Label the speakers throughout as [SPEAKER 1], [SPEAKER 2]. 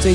[SPEAKER 1] 最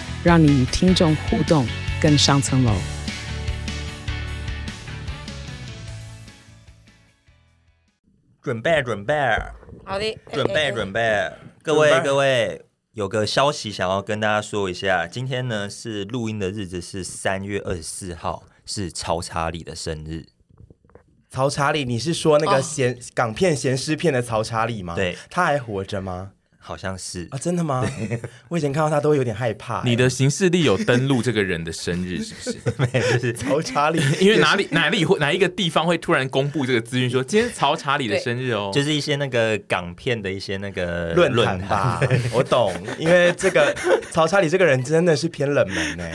[SPEAKER 1] 让你与听众互动更上层楼。
[SPEAKER 2] 准备准备
[SPEAKER 3] 好的，哎
[SPEAKER 2] 准备准备，各位各位，有个消息想要跟大家说一下，今天呢是录音的日子是三月二十四号，是曹查理的生日。
[SPEAKER 4] 曹查理，你是说那个
[SPEAKER 3] 哦
[SPEAKER 4] 咸、港片咸湿片的曹查理吗？
[SPEAKER 2] 对，
[SPEAKER 4] 他还活着吗？
[SPEAKER 2] 好像是
[SPEAKER 4] 啊，真的吗？我以前看到他都有点害怕、欸
[SPEAKER 5] 你的行事历有登录这个人的生日是不是？，
[SPEAKER 4] 曹查理
[SPEAKER 5] 因为哪里哪里会哪一个地方会突然公布这个资讯说今天是曹查理的生日哦？
[SPEAKER 2] 就是一些那个港片的一些那个
[SPEAKER 4] 论坛吧，我懂，因为这个曹查理这个人真的是偏冷门哎、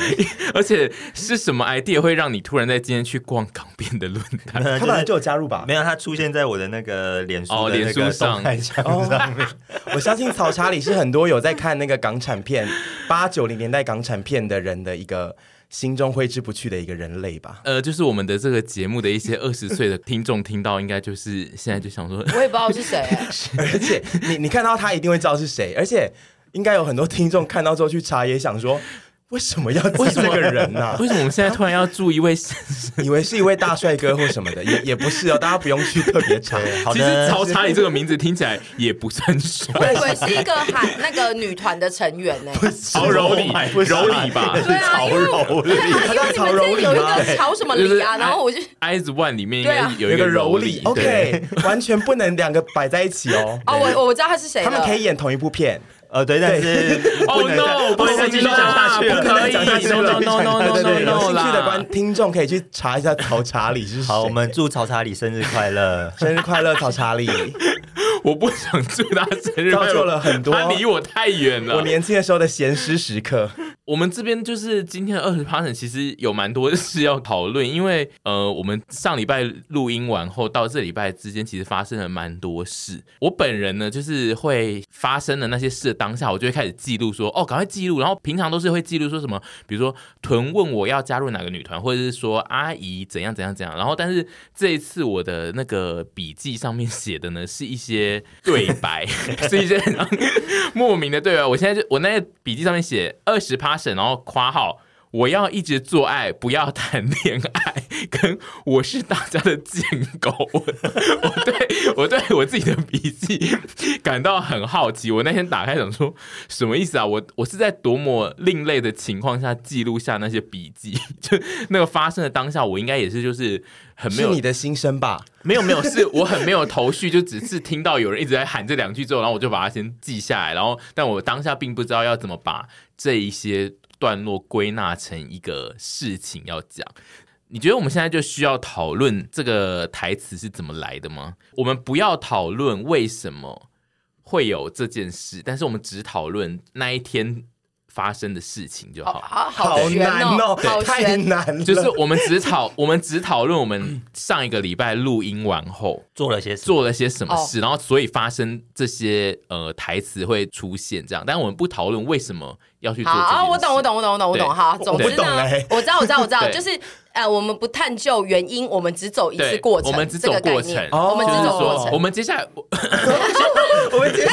[SPEAKER 5] 而且是什么 idea 会让你突然在今天去逛港片的论 坛？
[SPEAKER 2] 没有
[SPEAKER 4] 他
[SPEAKER 2] 就
[SPEAKER 4] 本来
[SPEAKER 2] 是
[SPEAKER 4] 就有加入吧
[SPEAKER 2] 没？有，它出现在我的那个脸书
[SPEAKER 5] 哦
[SPEAKER 2] 的那
[SPEAKER 5] 脸
[SPEAKER 2] 个
[SPEAKER 5] 书上哦
[SPEAKER 2] 动态墙上面。
[SPEAKER 4] 我相信曹查理是很多有在看那个港产片八九零年代港产片的人的一个心中挥之不去的一个人类吧。
[SPEAKER 5] 呃，就是我们的这个节目的一些二十岁的听众听到，应该就是现在就想说，
[SPEAKER 3] 我也不知道是谁、
[SPEAKER 4] 而且你你看到他一定会知道是谁，而且应该有很多听众看到之后去查也想说，为什么要为这个人啊呢、
[SPEAKER 5] 为什么我们现在突然要注意一位？
[SPEAKER 4] 以为是一位大帅哥或什么的，也也不是哦，大家不用去特别查。
[SPEAKER 2] 好
[SPEAKER 5] 其实
[SPEAKER 2] 的，
[SPEAKER 5] 曹查理这个名字听起来也不算帅，
[SPEAKER 3] 我以为是一个喊那个女团的成员呢、
[SPEAKER 5] 曹柔理
[SPEAKER 2] Oh my
[SPEAKER 5] 柔 理吧。
[SPEAKER 3] 对啊，因为我 对啊，因为你们这里有一个曹什么理
[SPEAKER 5] 哎
[SPEAKER 3] 啊，然后我就
[SPEAKER 5] i s One 里面应该有
[SPEAKER 4] 有
[SPEAKER 5] 一
[SPEAKER 4] 一个
[SPEAKER 5] 个
[SPEAKER 4] 柔
[SPEAKER 5] 柔
[SPEAKER 4] 理
[SPEAKER 5] 理
[SPEAKER 4] ，OK，完全不能两个摆在一起哦。
[SPEAKER 3] 哦，我我知道他是谁
[SPEAKER 4] 他
[SPEAKER 3] 了，
[SPEAKER 4] 们可以演同一部片，
[SPEAKER 2] 呃，对，但是
[SPEAKER 5] 哦
[SPEAKER 2] 不能
[SPEAKER 5] no，
[SPEAKER 2] 再不能再继续讲下去了，不
[SPEAKER 5] 不可以
[SPEAKER 2] 能再讲下去了
[SPEAKER 5] no, no, no, no,
[SPEAKER 4] 对对对，有
[SPEAKER 5] no
[SPEAKER 4] 兴趣的
[SPEAKER 5] 啦
[SPEAKER 4] 观听众可以去查一下曹查理是谁。。
[SPEAKER 2] 好，我们祝曹查理生日快 乐
[SPEAKER 4] 生日快乐，曹查理！
[SPEAKER 5] 我不想祝他生日
[SPEAKER 4] 造
[SPEAKER 5] 快乐，
[SPEAKER 4] 就了很多
[SPEAKER 5] 他离我太远了。
[SPEAKER 4] 我年轻的时候的闲诗时刻，
[SPEAKER 5] 我们这边就是今天的二十 p a 其实有蛮多事要讨论，因为呃，我们上礼拜录音完后到这礼拜之间，其实发生了蛮多事。我本人呢，就是会发生的那些事的当下，我就会开始记录说，哦，赶快记录。然后平常都是会记录说什么，比如说屯问我要加入哪个女团，或者是说阿姨怎样怎样怎样。然后，但是这一次我的那个笔记上面写的呢，是一些对白，是一些很让 莫名的对白。啊我现在就我那个笔记上面写二十 passion，然后括号我要一直做爱，不要谈恋爱， 跟我是大家的贱狗。 我我对我对我自己的笔记感到很好奇。我那天打开想说什么意思啊？我我是在多么另类的情况下记录下那些笔记， 就那个发生的当下，我应该也是就是很没
[SPEAKER 4] 是
[SPEAKER 5] 有
[SPEAKER 4] 你的心声吧？
[SPEAKER 5] 没有没有，是我很没有头绪，就只是听到有人一直在喊这两句之后，然后我就把它先记下来，然后但我当下并不知道要怎么把这一些段落归纳成一个事情要讲。你觉得我们现在就需要讨论这个台词是怎么来的吗？我们不要讨论为什么会有这件事，但是我们只讨论那一天发生的事情就
[SPEAKER 3] 好
[SPEAKER 5] 好。
[SPEAKER 3] 哦好
[SPEAKER 4] 好
[SPEAKER 3] 悬
[SPEAKER 4] 难
[SPEAKER 3] 哦，好
[SPEAKER 4] 太
[SPEAKER 3] 悬。
[SPEAKER 4] 难了。
[SPEAKER 5] 就是我们只讨我们只讨论我们上一个礼拜录音完后
[SPEAKER 2] 做了些什么？
[SPEAKER 5] 做了些什么
[SPEAKER 3] 哦
[SPEAKER 5] 事，然后所以发生这些呃台词会出现这样，但我们不讨论为什么要去做
[SPEAKER 3] 好
[SPEAKER 5] 这件事。
[SPEAKER 3] 啊，我懂，我。懂，我懂，我懂，我懂。
[SPEAKER 5] 对
[SPEAKER 3] 好，总
[SPEAKER 4] 我
[SPEAKER 3] 之
[SPEAKER 4] 不
[SPEAKER 3] 呢
[SPEAKER 4] 懂欸，
[SPEAKER 3] 我知道，我知道，我知道，
[SPEAKER 5] 对
[SPEAKER 3] 就是呃，我们不探究原因，我们只走一次
[SPEAKER 5] 对
[SPEAKER 3] 过程，
[SPEAKER 5] 我们只
[SPEAKER 3] 这个
[SPEAKER 5] 走过
[SPEAKER 3] 概念
[SPEAKER 5] 程
[SPEAKER 3] 我们只
[SPEAKER 5] 就是
[SPEAKER 3] 走过
[SPEAKER 5] 说，我
[SPEAKER 3] 程。
[SPEAKER 5] 们接下来，
[SPEAKER 4] 我 们今天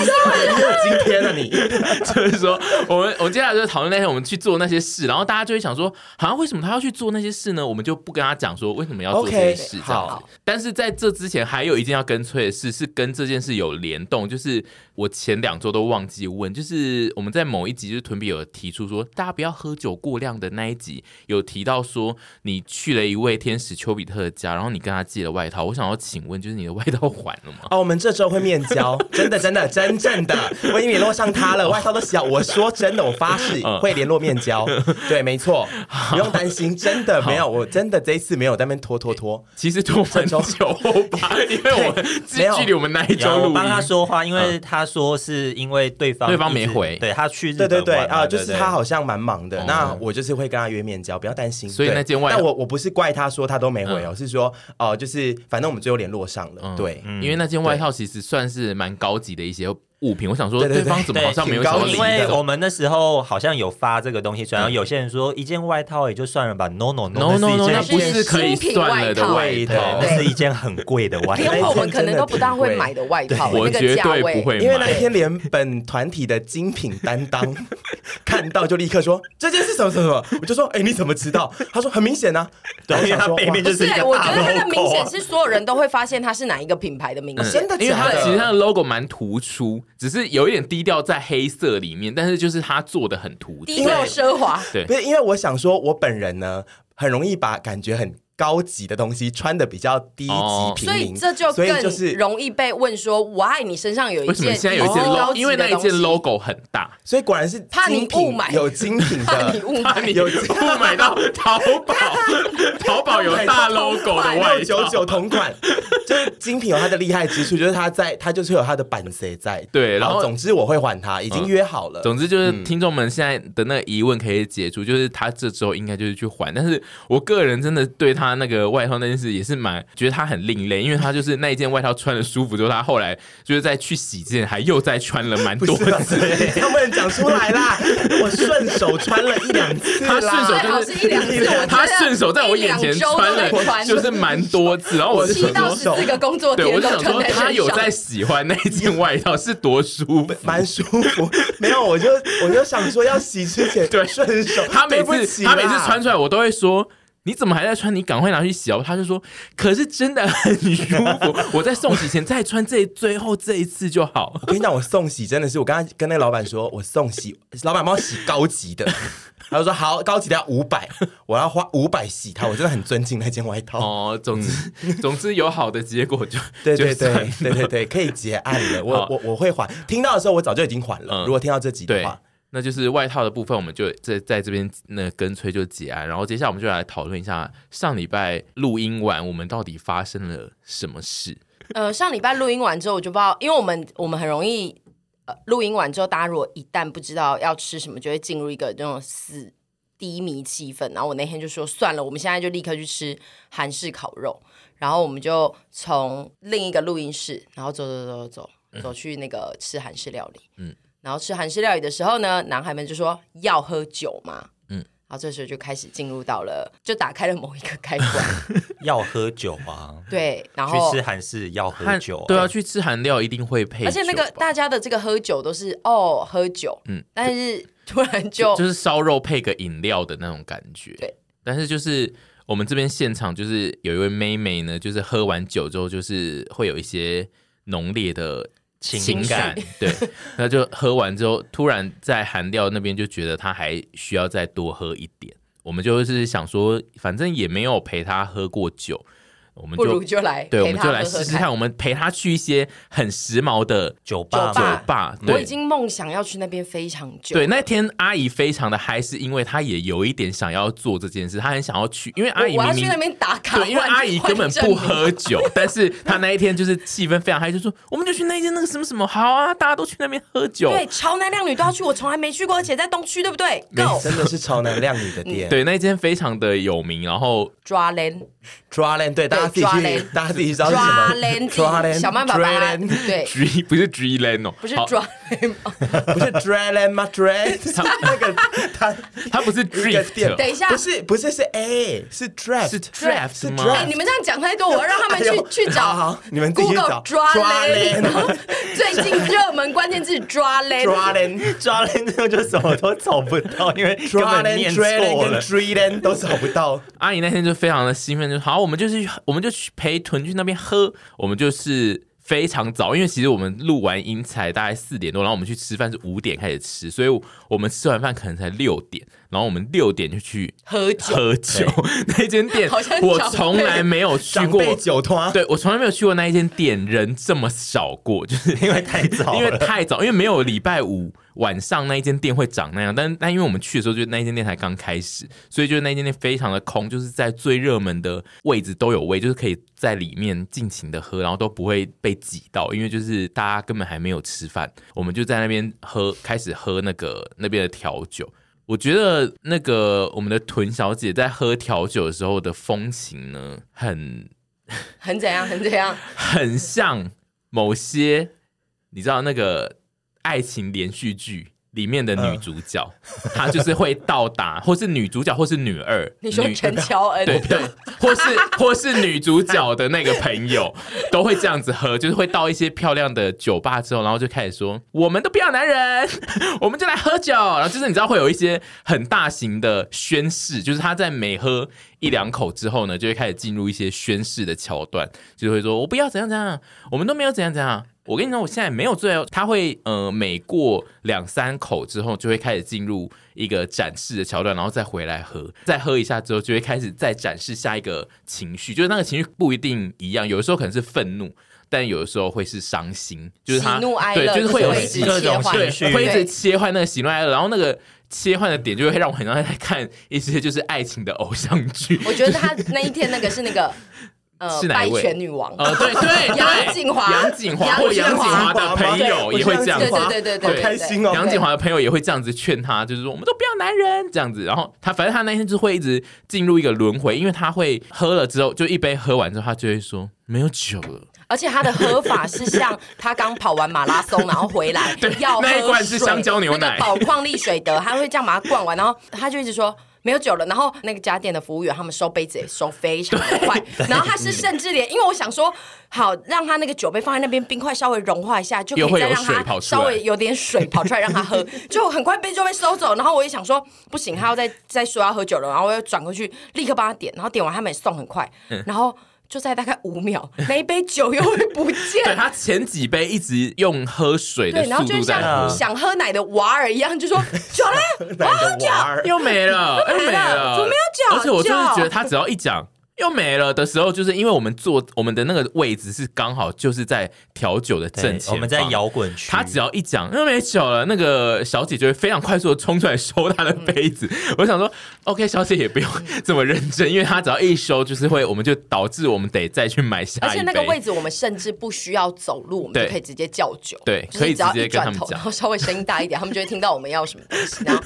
[SPEAKER 4] 没有今天了，你
[SPEAKER 5] 就是说，我们我们接下来就是讨论那天我们去做那些事，然后大家就会想说，好像为什么他要去做那些事呢？我们就不跟他讲说为什么要做这些
[SPEAKER 4] OK
[SPEAKER 5] 事这样子。
[SPEAKER 4] 好，
[SPEAKER 5] 但是在这之前，还有一件要跟催的事是跟这件事有联动，就是我前两周都忘记问，就是我们在某一集就是屯比有提出说，大家不要喝酒过量的那一集，有提到说你去了一位天使丘比特的家，然后你跟他借了外套，我想要请问，就是你的外套还了吗？
[SPEAKER 4] 哦，我们这周会面交，真的真的真正的，我已经联络上他了，外套都洗好。我说真的，我发誓会联络面交。对，没错，不用担心，真的没有，我真的这一次没有在那边拖拖拖。
[SPEAKER 5] 其实拖很久吧，因为我 们
[SPEAKER 4] 没有
[SPEAKER 5] 距离我们那一周
[SPEAKER 2] 我
[SPEAKER 5] 录音，
[SPEAKER 2] 帮他说话，因
[SPEAKER 4] 嗯
[SPEAKER 2] 为他说是因为对方
[SPEAKER 5] 对方
[SPEAKER 2] 一直
[SPEAKER 5] 没回
[SPEAKER 2] 对他去日
[SPEAKER 4] 对
[SPEAKER 2] 本
[SPEAKER 4] 对对
[SPEAKER 2] 玩嘛
[SPEAKER 4] 啊、就是他。好像蛮忙的，
[SPEAKER 5] 哦
[SPEAKER 4] 那我就是会跟他约面交，不要担心。
[SPEAKER 5] 所以那
[SPEAKER 4] 对
[SPEAKER 5] 件外
[SPEAKER 4] 但我我不是怪他说他都没回哦，是说哦、就是反正我们最后联络上了，嗯对。
[SPEAKER 5] 因为那件外套其实算是蛮高级的一些物品。我想说，
[SPEAKER 4] 对对对
[SPEAKER 5] 方怎么好像没有什么
[SPEAKER 4] 挺
[SPEAKER 5] 理
[SPEAKER 2] 因
[SPEAKER 4] 高级
[SPEAKER 2] 为
[SPEAKER 5] 的
[SPEAKER 2] 我们那时候好像有发这个东西出来，然后有些人说一件外套也就算了吧，no no
[SPEAKER 5] ？No no no，
[SPEAKER 2] 那
[SPEAKER 5] 那
[SPEAKER 2] 是一
[SPEAKER 5] 不
[SPEAKER 2] 件
[SPEAKER 5] 是可以算了的外
[SPEAKER 4] 对
[SPEAKER 5] 套
[SPEAKER 2] 那。是一件很贵的外
[SPEAKER 3] 连我
[SPEAKER 2] 套。
[SPEAKER 3] 们可能都不大会买的外套，
[SPEAKER 5] 我
[SPEAKER 3] 那
[SPEAKER 5] 绝
[SPEAKER 3] 个价
[SPEAKER 5] 对
[SPEAKER 3] 位
[SPEAKER 5] 不会
[SPEAKER 4] 因为那一
[SPEAKER 5] 买，
[SPEAKER 4] 天连本团体的精品担当 看到就立刻说这件是什么什么什么，我就说哎、你怎么知道？他说很明显啊，
[SPEAKER 2] 对，因为
[SPEAKER 4] 然后
[SPEAKER 2] 他
[SPEAKER 4] 我
[SPEAKER 2] 背
[SPEAKER 4] 想说
[SPEAKER 2] 面
[SPEAKER 4] 哇
[SPEAKER 2] 就是一个
[SPEAKER 3] 我觉
[SPEAKER 2] 大
[SPEAKER 3] 得它的
[SPEAKER 2] logo
[SPEAKER 3] 明显
[SPEAKER 2] 啊。
[SPEAKER 3] 是所有人都会发现它是哪一个品牌的明显。
[SPEAKER 4] 真的
[SPEAKER 5] 因为
[SPEAKER 4] 假
[SPEAKER 5] 它其实它
[SPEAKER 4] 的？
[SPEAKER 5] 的 logo 蛮突出，只是有一点低调在黑色里面，但是就是它做的很突出
[SPEAKER 3] 低。调奢华，
[SPEAKER 5] 对
[SPEAKER 4] 不，是因为我想说，我本人呢很容易把感觉很高级的东西穿的比较低
[SPEAKER 5] 哦
[SPEAKER 4] 级
[SPEAKER 3] 所
[SPEAKER 4] 平
[SPEAKER 3] 以
[SPEAKER 4] 民，
[SPEAKER 3] 这就
[SPEAKER 4] 所以就
[SPEAKER 3] 更
[SPEAKER 4] 是
[SPEAKER 3] 容易被问说，why 你身上有一
[SPEAKER 5] 为什么
[SPEAKER 3] 件
[SPEAKER 5] 现在有一件
[SPEAKER 3] 已经高
[SPEAKER 5] logo？
[SPEAKER 3] 级
[SPEAKER 5] 因为那一
[SPEAKER 3] 的东
[SPEAKER 5] 件
[SPEAKER 3] 西
[SPEAKER 5] logo 很大，
[SPEAKER 4] 所以果然是
[SPEAKER 3] 怕你
[SPEAKER 4] 精品
[SPEAKER 3] 误买
[SPEAKER 4] 有精 品
[SPEAKER 3] 怕
[SPEAKER 4] 的
[SPEAKER 3] 你误
[SPEAKER 5] 怕
[SPEAKER 3] 买
[SPEAKER 5] 你
[SPEAKER 4] 有
[SPEAKER 5] 不 买到淘宝，淘宝有大 logo 的外
[SPEAKER 4] 六九
[SPEAKER 5] 套。
[SPEAKER 4] 九同款，就是精品有它的厉害之处，就是它在它就是有它的版色在。
[SPEAKER 5] 对然后
[SPEAKER 4] 总之我会还他，已经约好了。
[SPEAKER 5] 总之就是
[SPEAKER 4] 嗯
[SPEAKER 5] 听众们现在的那个疑问可以解除，就是他这周应该就是去还。但是我个人真的对他那个外套那件事也是蛮觉得他很另类，因为他就是那一件外套穿的舒服之后，他后来就是在去洗之前还又再穿了蛮
[SPEAKER 4] 不
[SPEAKER 5] 多
[SPEAKER 4] 是啊，
[SPEAKER 5] 次。
[SPEAKER 4] 他们讲出来 啦，我顺手穿了一两次啦。
[SPEAKER 5] 他顺手
[SPEAKER 3] 最好
[SPEAKER 5] 就是
[SPEAKER 3] 一两次，我觉得
[SPEAKER 5] 他顺手在我眼前
[SPEAKER 3] 一两周
[SPEAKER 5] 穿
[SPEAKER 3] 都在
[SPEAKER 5] 了，
[SPEAKER 3] 穿
[SPEAKER 5] 就是蛮多次，然后我就
[SPEAKER 3] 七
[SPEAKER 5] 想
[SPEAKER 3] 到
[SPEAKER 5] 说，
[SPEAKER 3] 十四个工作
[SPEAKER 5] 对我
[SPEAKER 3] 天都
[SPEAKER 5] 就想
[SPEAKER 3] 穿
[SPEAKER 5] 说
[SPEAKER 3] 在身上。
[SPEAKER 5] 他有在喜欢那一件外套是多舒服，
[SPEAKER 4] 蛮舒服，没有，我就我就想说要洗之前
[SPEAKER 5] 对
[SPEAKER 4] 顺 手，
[SPEAKER 5] 他每
[SPEAKER 4] 对不
[SPEAKER 5] 次
[SPEAKER 4] 起啦
[SPEAKER 5] 他每次穿出来，我都会说。你怎么还在穿？你赶快拿去洗哦！他就说：“可是真的很舒服，我在送洗前再穿这最后这一次就好。
[SPEAKER 4] 我跟你讲，我送洗真的是，我刚才跟那个老板说，我送洗，老板帮我洗高级 的，他就说好，高级的要五百，我要花五百洗它，我真的很尊敬那件外”套。
[SPEAKER 5] 哦，总之、 总之有好的结果就
[SPEAKER 4] 对对
[SPEAKER 5] 就算
[SPEAKER 4] 对对对对，可以结案了。我
[SPEAKER 5] 好
[SPEAKER 4] 我我会还，听到的时候我早就已经还了。
[SPEAKER 5] 嗯
[SPEAKER 4] 如果听到这集的
[SPEAKER 5] 对
[SPEAKER 4] 话，，
[SPEAKER 5] 那就是外套的部分，我们就在在这边那跟催就结啊案，然后接下来我们就来讨论一下上礼拜录音完我们到底发生了什么事。
[SPEAKER 3] 呃，上礼拜录音完之后，我就不知道，因为我们我们很容易，呃，录音完之后，大家如果一旦不知道要吃什么，就会进入一个那种死低迷气氛。然后我那天就说算了，我们现在就立刻去吃韩式烤肉。然后我们就从另一个录音室，然后走走走走走走去那个吃韩式料理。嗯，然后吃韩式料理的时候呢，男孩们就说要喝酒吗？嗯，然后这时候就开始进入到了，就打开了某一个开关。
[SPEAKER 2] 要喝酒啊，
[SPEAKER 3] 对，然后
[SPEAKER 2] 去吃韩式要喝
[SPEAKER 5] 和
[SPEAKER 2] 酒啊，
[SPEAKER 5] 对啊，去吃韩料一定会配酒吧，
[SPEAKER 3] 而且那个大家的这个喝酒都是哦喝酒，嗯，但是突然就
[SPEAKER 5] 就是烧肉配个饮料的那种感觉。
[SPEAKER 3] 对，
[SPEAKER 5] 但是就是我们这边现场就是有一位妹妹呢，就是喝完酒之后就是会有一些浓烈的。
[SPEAKER 2] 情
[SPEAKER 5] 感对，那就喝完之后，突然在韩料那边就觉得她还需要再多喝一点。我们就是想说，反正也没有陪她喝过酒，我们
[SPEAKER 3] 不
[SPEAKER 5] 就
[SPEAKER 3] 如就来
[SPEAKER 5] 对，我
[SPEAKER 3] 陪
[SPEAKER 5] 们
[SPEAKER 3] 他
[SPEAKER 5] 就来
[SPEAKER 3] 喝喝
[SPEAKER 5] 试试
[SPEAKER 3] 看
[SPEAKER 5] 看，。我们陪她去一些很时髦的
[SPEAKER 2] 酒吧
[SPEAKER 3] 酒
[SPEAKER 2] 嘛
[SPEAKER 3] 吧
[SPEAKER 5] 酒吧。对
[SPEAKER 3] 我已经梦想要去那边非常久，
[SPEAKER 5] 对，那天阿姨非常的嗨，是因为她也有一点想要做这件事，她很想要去，因为
[SPEAKER 3] 我
[SPEAKER 5] 阿姨
[SPEAKER 3] 我要
[SPEAKER 5] 明
[SPEAKER 3] 去
[SPEAKER 5] 明
[SPEAKER 3] 那边打卡，
[SPEAKER 5] 对，因为
[SPEAKER 3] 换
[SPEAKER 5] 阿姨根本不。
[SPEAKER 3] 换证明
[SPEAKER 5] 喝酒， 但是她那一天就是气氛非常嗨，就说我们就去那间那个什么什么好啊，大家都去那边喝酒。
[SPEAKER 3] 对，潮男靓女都要去，我从来没去过，而且在东区，对不对？Go
[SPEAKER 4] 真的是超能量你的店。
[SPEAKER 5] 对，那间非常的有名，然后
[SPEAKER 3] 抓人，
[SPEAKER 4] 抓 n 对，大家自己
[SPEAKER 3] 抓
[SPEAKER 4] 去
[SPEAKER 3] 人，
[SPEAKER 4] 大家自己知道是什
[SPEAKER 3] 抓
[SPEAKER 4] 么
[SPEAKER 3] 人，
[SPEAKER 4] 抓 n
[SPEAKER 3] 想办法把它
[SPEAKER 4] n
[SPEAKER 3] 对，
[SPEAKER 5] G 不是 G Land 哦，
[SPEAKER 3] 不是
[SPEAKER 5] 好，
[SPEAKER 3] 抓人。
[SPEAKER 4] 不是 dra n 吗？dra 那个他
[SPEAKER 5] 它不是
[SPEAKER 4] 一个
[SPEAKER 5] Drift，哦
[SPEAKER 4] 店，
[SPEAKER 3] 等一下
[SPEAKER 4] 不是不是是 A 是 draft
[SPEAKER 5] 是
[SPEAKER 4] 是
[SPEAKER 5] Draft 吗
[SPEAKER 4] Draft
[SPEAKER 3] 哎， 你们这样讲太多，我要让他们
[SPEAKER 5] 哎
[SPEAKER 3] 去去
[SPEAKER 4] 好
[SPEAKER 3] 找
[SPEAKER 4] 好，你们自己去
[SPEAKER 3] Google
[SPEAKER 4] 找
[SPEAKER 3] 抓
[SPEAKER 4] 人
[SPEAKER 3] 人，然后 最近热门关键字抓人，
[SPEAKER 4] 抓 n
[SPEAKER 2] 抓了之后就什么都找不到，因为根
[SPEAKER 4] 抓 n
[SPEAKER 2] 本念
[SPEAKER 4] dra n
[SPEAKER 2] 错
[SPEAKER 4] 跟
[SPEAKER 2] 了。
[SPEAKER 4] dra n 都找不到。
[SPEAKER 5] 阿姨那天就非常的兴奋，就好，我们就是我们就去陪屯去那边喝，我们就是非常早，因为其实我们录完音才大概四点多，然后我们去吃饭是五点开始吃，所以我我们吃完饭可能才六点，然后我们六点就去
[SPEAKER 3] 喝酒
[SPEAKER 5] 喝酒。那间店
[SPEAKER 3] 好像
[SPEAKER 5] 我
[SPEAKER 3] 长辈
[SPEAKER 5] 从来没有去
[SPEAKER 4] 长
[SPEAKER 5] 过，
[SPEAKER 4] 辈酒托，
[SPEAKER 5] 对我从来没有去过那一间店，人这么少过，就是
[SPEAKER 2] 因为太早了，
[SPEAKER 5] 因为太早，因为没有礼拜五晚上那一间店会长那样，但但因为我们去的时候，就那一间店才刚开始，所以就是那一间店非常的空，就是在最热门的位置都有位，就是可以在里面尽情的喝，然后都不会被挤到，因为就是大家根本还没有吃饭，我们就在那边喝，开始喝那个那边的调酒。我觉得那个我们的屯小姐在喝调酒的时候的风情呢，很
[SPEAKER 3] 很怎样，很怎 样，
[SPEAKER 5] 很像某些你知道那个爱情连续剧里面的女主角，她就是会到达，或是女主角，或是女二，
[SPEAKER 3] 嗯 你说
[SPEAKER 5] 女
[SPEAKER 3] 陈乔恩
[SPEAKER 5] 对对，或是或是女主角的那个朋友，都会这样子喝，就是会到一些漂亮的酒吧之后，然后就开始说我们都不要男人，我们就来喝酒。然后就是你知道会有一些很大型的宣誓，就是他在每喝一两口之后呢，就会开始进入一些宣誓的桥段，就会说我不要怎样怎样，我们都没有怎样怎样。我跟你说，我现在没有醉哦。他会呃，每过两三口之后，就会开始进入一个展示的桥段，然后再回来喝，再喝一下之后，就会开始再展示下一个情绪。就是那个情绪不一定一样，有的时候可能是愤怒，但有的时候会是伤心，就是他
[SPEAKER 3] 喜怒哀
[SPEAKER 5] 对，
[SPEAKER 3] 乐
[SPEAKER 5] 就是会有
[SPEAKER 3] 就是
[SPEAKER 2] 会一直切换
[SPEAKER 5] 对
[SPEAKER 2] 情绪
[SPEAKER 5] 会一直切换那个喜怒哀乐，然后那个切换的点就会让我很像在看一些就是爱情的偶像剧。
[SPEAKER 3] 我觉得他那一天那个是那 个呃
[SPEAKER 5] 是哪
[SPEAKER 3] 拜
[SPEAKER 5] 一位
[SPEAKER 3] 权女王，
[SPEAKER 5] 呃，对对对，
[SPEAKER 3] 杨景华
[SPEAKER 5] 杨景华
[SPEAKER 3] 啊杨
[SPEAKER 5] 或杨
[SPEAKER 3] 景
[SPEAKER 5] 景
[SPEAKER 3] 华
[SPEAKER 5] 华的朋友
[SPEAKER 4] 对
[SPEAKER 5] 也会这样
[SPEAKER 3] 对
[SPEAKER 5] 子，
[SPEAKER 3] 对对对对，
[SPEAKER 5] 好
[SPEAKER 3] 对
[SPEAKER 4] 开心哦
[SPEAKER 5] 杨景华的朋友也会这样子劝他，就是说我们都不要男人这样子。然后他反正他那天就会一直进入一个轮回，因为他会喝了之后，就一杯喝完之后，他就会说没有酒了。
[SPEAKER 3] 而且他的喝法是像他刚跑完马拉松，然后回来
[SPEAKER 5] 对
[SPEAKER 3] 要喝
[SPEAKER 5] 那一罐
[SPEAKER 3] 水
[SPEAKER 5] 是香蕉牛奶
[SPEAKER 3] 那个宝矿力水的，他会这样把它灌完，然后他就一直说。没有酒了，然后那个家店的服务员他们收杯子也收非常的 快，然后他是甚至连，因为我想说，好让他那个酒杯放在那边，冰块稍微融化一下，就可
[SPEAKER 5] 又
[SPEAKER 3] 以
[SPEAKER 5] 会
[SPEAKER 3] 再
[SPEAKER 5] 有
[SPEAKER 3] 让
[SPEAKER 5] 水
[SPEAKER 3] 他
[SPEAKER 5] 跑出
[SPEAKER 3] 稍微
[SPEAKER 5] 来
[SPEAKER 3] 有点水跑出来让他 喝，就很快被就被收走。然后我也想说不行，他要再再说要喝酒了，然后我又转过去立刻帮他点，然后点完他们也送很快，
[SPEAKER 5] 嗯
[SPEAKER 3] 然后就在大概五秒，那一杯酒又会不
[SPEAKER 5] 对
[SPEAKER 3] 见。
[SPEAKER 5] 他前几杯一直用喝水的
[SPEAKER 3] 对，然
[SPEAKER 5] 速
[SPEAKER 3] 后就
[SPEAKER 5] 度在
[SPEAKER 3] 像
[SPEAKER 5] 喝，
[SPEAKER 3] 想喝奶的娃儿一样，就 说酒啦，
[SPEAKER 4] 哪个娃儿？
[SPEAKER 5] 又没了，又没了，
[SPEAKER 3] 怎么没有酒
[SPEAKER 5] 而且我真的
[SPEAKER 3] 酒
[SPEAKER 5] 觉得他只要一讲。又没了的时候，就是因为我们坐我们的那个位置是刚好就是在调酒的
[SPEAKER 2] 对
[SPEAKER 5] 正前方，
[SPEAKER 2] 我们在摇滚区，
[SPEAKER 5] 他只要一讲因为没酒了，那个小姐就会非常快速的冲出来收他的 杯子。我想说，OK，小姐也不用这么认真，因为她只要一收，就是会，我们就导致我们得再去买下一杯。
[SPEAKER 3] 而且那个位置我们甚至不需要走路，我们
[SPEAKER 5] 对
[SPEAKER 3] 就可以直接叫酒，
[SPEAKER 5] 对
[SPEAKER 3] 就是只要
[SPEAKER 5] 可以直接
[SPEAKER 3] 一
[SPEAKER 5] 跟他
[SPEAKER 3] 转
[SPEAKER 5] 们
[SPEAKER 3] 头，
[SPEAKER 5] 讲
[SPEAKER 3] 然后稍微声音大一点，他们就会听到我们要什么东西。然后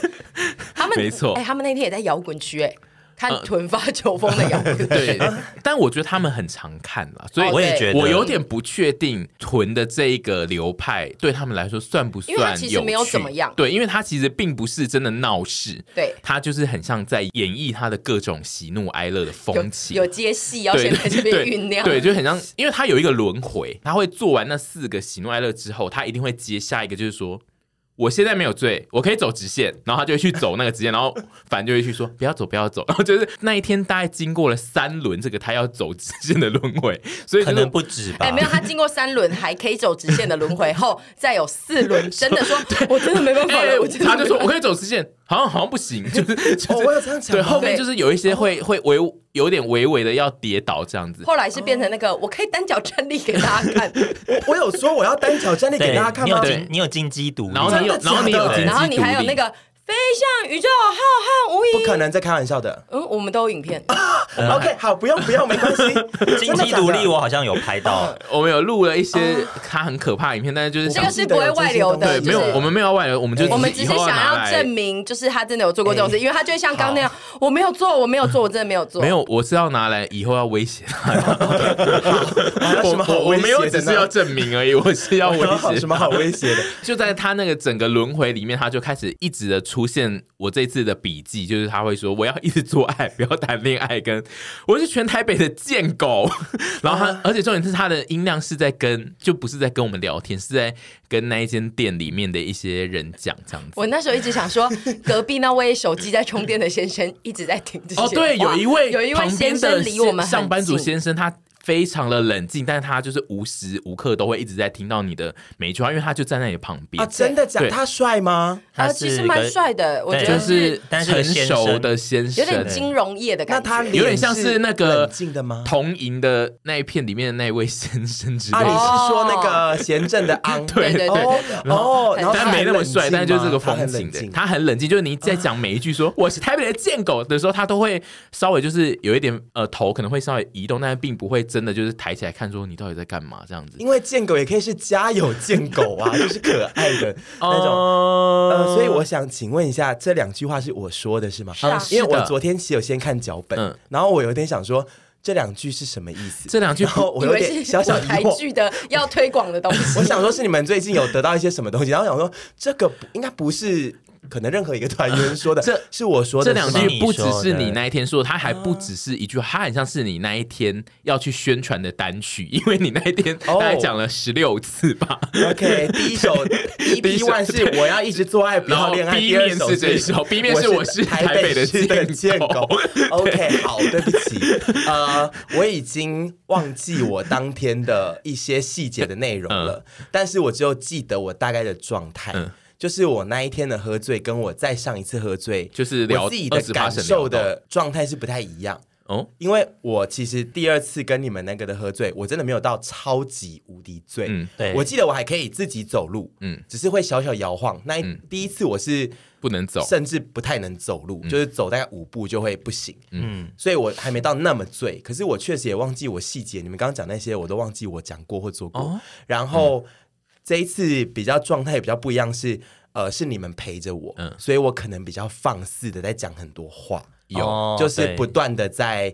[SPEAKER 3] 他们
[SPEAKER 5] 没错呃
[SPEAKER 3] 哎，他们那天也在摇滚区，哎，看屯发酒疯的摇滚区，
[SPEAKER 5] 对，但我觉得他们很常看了，所以
[SPEAKER 3] 哦
[SPEAKER 2] 我也
[SPEAKER 3] 对
[SPEAKER 2] 觉得
[SPEAKER 5] 我有点不确定屯的这一个流派对他们来说算不算
[SPEAKER 3] 因为它其实
[SPEAKER 5] 有趣
[SPEAKER 3] 没有怎么样
[SPEAKER 5] 对，因为他其实并不是真的闹事，
[SPEAKER 3] 对
[SPEAKER 5] 他就是很像在演绎他的各种喜怒哀乐的风情，
[SPEAKER 3] 有有接戏要
[SPEAKER 5] 对
[SPEAKER 3] 先在这边
[SPEAKER 5] 对
[SPEAKER 3] 酝酿，哎
[SPEAKER 5] 对，就很像，因为他有一个轮回，他会做完那四个喜怒哀乐之后，他一定会接下一个，就是说。我现在没有醉，我可以走直线，然后他就会去走那个直线，然后反正就会去说不要走，不要走，然后就是那一天大概经过了三轮这个他要走直线的轮回，所以就
[SPEAKER 2] 可
[SPEAKER 5] 是
[SPEAKER 2] 能不止吧，
[SPEAKER 3] 哎、没有，他经过三轮还可以走直线的轮回后，再有四轮，真的 说，我真的没办法
[SPEAKER 5] 哎、
[SPEAKER 3] 了，我真的
[SPEAKER 5] 他就说
[SPEAKER 3] 没办
[SPEAKER 5] 我可以走直线，好像好像不行， 就是就
[SPEAKER 4] 哦，我有
[SPEAKER 5] 是
[SPEAKER 4] 这样讲
[SPEAKER 5] 对
[SPEAKER 4] 吗，
[SPEAKER 5] 后面就是有一些会会微有点微微的要跌倒这样子
[SPEAKER 3] 法，哦后来是变成那个，我可以单脚站立给大家看，
[SPEAKER 4] 我我有说我要单脚站立给
[SPEAKER 2] 对
[SPEAKER 4] 大家，看
[SPEAKER 2] 你
[SPEAKER 4] 吗
[SPEAKER 2] 有？
[SPEAKER 5] 对
[SPEAKER 2] 金，你有金鸡独立，
[SPEAKER 5] 然后你有
[SPEAKER 4] 真的假
[SPEAKER 5] 然后你有
[SPEAKER 4] 的
[SPEAKER 5] 紧
[SPEAKER 3] 然后
[SPEAKER 5] 急
[SPEAKER 3] 你
[SPEAKER 5] 独
[SPEAKER 3] 还有
[SPEAKER 5] 立
[SPEAKER 3] 那个飞向宇宙浩瀚无
[SPEAKER 4] 不
[SPEAKER 3] 垠，
[SPEAKER 4] 可能在开玩笑的。
[SPEAKER 3] 嗯，我们都有影 片，
[SPEAKER 4] OK，好，不用不用，没关 系。
[SPEAKER 2] 金鸡嗯独立，我好像有拍 到，
[SPEAKER 5] 我们有录了一些他很可怕的影片，但是就是
[SPEAKER 3] 这
[SPEAKER 5] 想
[SPEAKER 3] 个是不会外流
[SPEAKER 5] 对，
[SPEAKER 3] 的，
[SPEAKER 5] 没有
[SPEAKER 3] 就是，
[SPEAKER 5] 我。们没有外流，我们就
[SPEAKER 3] 我们只
[SPEAKER 5] 以
[SPEAKER 3] 是
[SPEAKER 5] 后
[SPEAKER 3] 想
[SPEAKER 5] 拿
[SPEAKER 3] 要
[SPEAKER 5] 来哎
[SPEAKER 3] 证。明，就是他真的有做过这种事，因为他就会像刚刚那样，我没有做，我没有做，我真的没有做。
[SPEAKER 5] 没有，我是要拿来以后要威胁 他。
[SPEAKER 4] 我
[SPEAKER 5] 我我我没有只是要证明而已，我是 要威
[SPEAKER 4] 好
[SPEAKER 5] 胁
[SPEAKER 4] 什么好威胁的？
[SPEAKER 5] 就在他那个整个轮回里面，他就开始一直的出现我这次的笔记，就是他会说我要一直做爱，不要谈恋爱，跟我是全台北的贱狗。 然
[SPEAKER 3] 啊
[SPEAKER 5] 后他，而且重点是他的音量是在跟，就不是在跟我们聊天，是在跟那一间店里面的一些人讲这样子。
[SPEAKER 3] 我那时候一直想 说，隔壁那位手机在充电的先生一直在听这些话。
[SPEAKER 5] 哦，对，有一位
[SPEAKER 3] 有一位
[SPEAKER 5] 旁边
[SPEAKER 3] 先生
[SPEAKER 5] 的
[SPEAKER 3] 离我们很
[SPEAKER 5] 上班族
[SPEAKER 3] 近
[SPEAKER 5] 先生，他非常的冷静，但是他就是无时无刻都会一直在听到你的每一句话，因为他就站在你旁边。
[SPEAKER 4] 啊，真的假
[SPEAKER 5] 对？
[SPEAKER 4] 他帅吗？
[SPEAKER 2] 他
[SPEAKER 3] 啊，
[SPEAKER 2] 是
[SPEAKER 3] 其实
[SPEAKER 2] 一个
[SPEAKER 3] 蛮帅的，我觉
[SPEAKER 2] 对
[SPEAKER 5] 就
[SPEAKER 3] 得
[SPEAKER 5] 是
[SPEAKER 2] 但是个
[SPEAKER 5] 成
[SPEAKER 2] 先生
[SPEAKER 5] 熟的先生，
[SPEAKER 3] 有点金融业的感
[SPEAKER 4] 那
[SPEAKER 3] 觉。
[SPEAKER 4] 他
[SPEAKER 5] 有点像
[SPEAKER 4] 脸
[SPEAKER 5] 是
[SPEAKER 4] 是
[SPEAKER 5] 那个
[SPEAKER 4] 冷静的吗
[SPEAKER 5] 同营的那一片里面的那一位先生之类
[SPEAKER 4] 啊，你
[SPEAKER 5] 的。
[SPEAKER 4] 是说那个贤 正的昂？
[SPEAKER 5] 对
[SPEAKER 3] 对对对
[SPEAKER 4] 哦哦，然后他
[SPEAKER 5] 但没那么帅，
[SPEAKER 4] 很冷静吗
[SPEAKER 5] 但是就是这个风
[SPEAKER 4] 他很
[SPEAKER 5] 情
[SPEAKER 4] 冷
[SPEAKER 5] 的
[SPEAKER 4] 静，
[SPEAKER 5] 他很冷静。就是你在讲每一 句说我是台北的贱狗的时候，他都会稍微就是有一点呃头可能会稍微移动，但是并不会真的就是抬起来看说你到底在干嘛这样子。
[SPEAKER 4] 因为贱狗也可以是家有贱狗啊，就是可爱的那种。呃，
[SPEAKER 5] 呃
[SPEAKER 4] 所以我想请问一下，这两句话是我说的是吗？
[SPEAKER 3] 是啊
[SPEAKER 4] 因为
[SPEAKER 5] 是
[SPEAKER 4] 我
[SPEAKER 5] 的
[SPEAKER 4] 昨天其实有先看脚本，
[SPEAKER 5] 嗯
[SPEAKER 4] 然后我有点想说这两句是什么意思？
[SPEAKER 5] 这两句
[SPEAKER 4] 然后我
[SPEAKER 3] 以
[SPEAKER 4] 有
[SPEAKER 3] 为
[SPEAKER 4] 点
[SPEAKER 3] 是
[SPEAKER 4] 小小
[SPEAKER 3] 我
[SPEAKER 4] 疑
[SPEAKER 3] 台
[SPEAKER 4] 惑。
[SPEAKER 3] 剧的要推广的东西。
[SPEAKER 4] 我想说，是你们最近有得到一些什么东西？然后想说，这个不应该不是可能任何一个团员说的，
[SPEAKER 5] 这
[SPEAKER 4] 是我说
[SPEAKER 5] 这
[SPEAKER 4] 的
[SPEAKER 5] 两
[SPEAKER 4] 是吗
[SPEAKER 5] 句不只
[SPEAKER 2] 你说
[SPEAKER 5] 是你
[SPEAKER 2] 的
[SPEAKER 5] 那一天说的，它还不只是一句，它很像是你那一天要去宣传的单曲，因为你那一天大
[SPEAKER 4] 哦
[SPEAKER 5] 概讲了十六次吧。
[SPEAKER 4] OK，第一首 EP One 是我要一直做爱不
[SPEAKER 5] 然后
[SPEAKER 4] 要恋爱，
[SPEAKER 5] B
[SPEAKER 4] 第二
[SPEAKER 5] 面是这一首，B 面是
[SPEAKER 4] 是
[SPEAKER 5] 我是台北的
[SPEAKER 4] 市的
[SPEAKER 5] 贱
[SPEAKER 4] 贱
[SPEAKER 5] 狗
[SPEAKER 4] 狗。OK，好，对不起，呃，我已经忘记我当天的一些细节的内容了，但是我只有记得我大概的状态。
[SPEAKER 5] 嗯
[SPEAKER 4] 就是我那一天的喝醉，跟我再上一次喝醉，
[SPEAKER 5] 就是聊
[SPEAKER 4] 我自己的
[SPEAKER 5] 20%
[SPEAKER 4] 感受
[SPEAKER 5] 聊
[SPEAKER 4] 的状态是不太一样。
[SPEAKER 5] 哦，
[SPEAKER 4] 因为我其实第二次跟你们那个的喝醉，我真的没有到超级无敌醉。
[SPEAKER 5] 嗯
[SPEAKER 2] 对
[SPEAKER 4] 我记得我还可以自己走路，
[SPEAKER 5] 嗯
[SPEAKER 4] 嗯，只是会小小摇晃。那一、
[SPEAKER 5] 嗯
[SPEAKER 4] 第一次我是
[SPEAKER 5] 不能走。嗯
[SPEAKER 4] 甚至不太能走路，就是走大概五步就会不行。
[SPEAKER 2] 嗯，
[SPEAKER 4] 所以我还没到那么醉，可是我确实也忘记我细节，你们刚刚讲那些我都忘记我讲过或做过。
[SPEAKER 5] 哦
[SPEAKER 4] 然
[SPEAKER 5] 嗯
[SPEAKER 4] 后、这一次比较状态比较不一样是，呃，是你们陪着我，
[SPEAKER 5] 嗯
[SPEAKER 4] 所以我可能比较放肆的在讲很多话，
[SPEAKER 5] 有
[SPEAKER 2] 哦
[SPEAKER 4] 就是
[SPEAKER 2] 对
[SPEAKER 4] 不断的在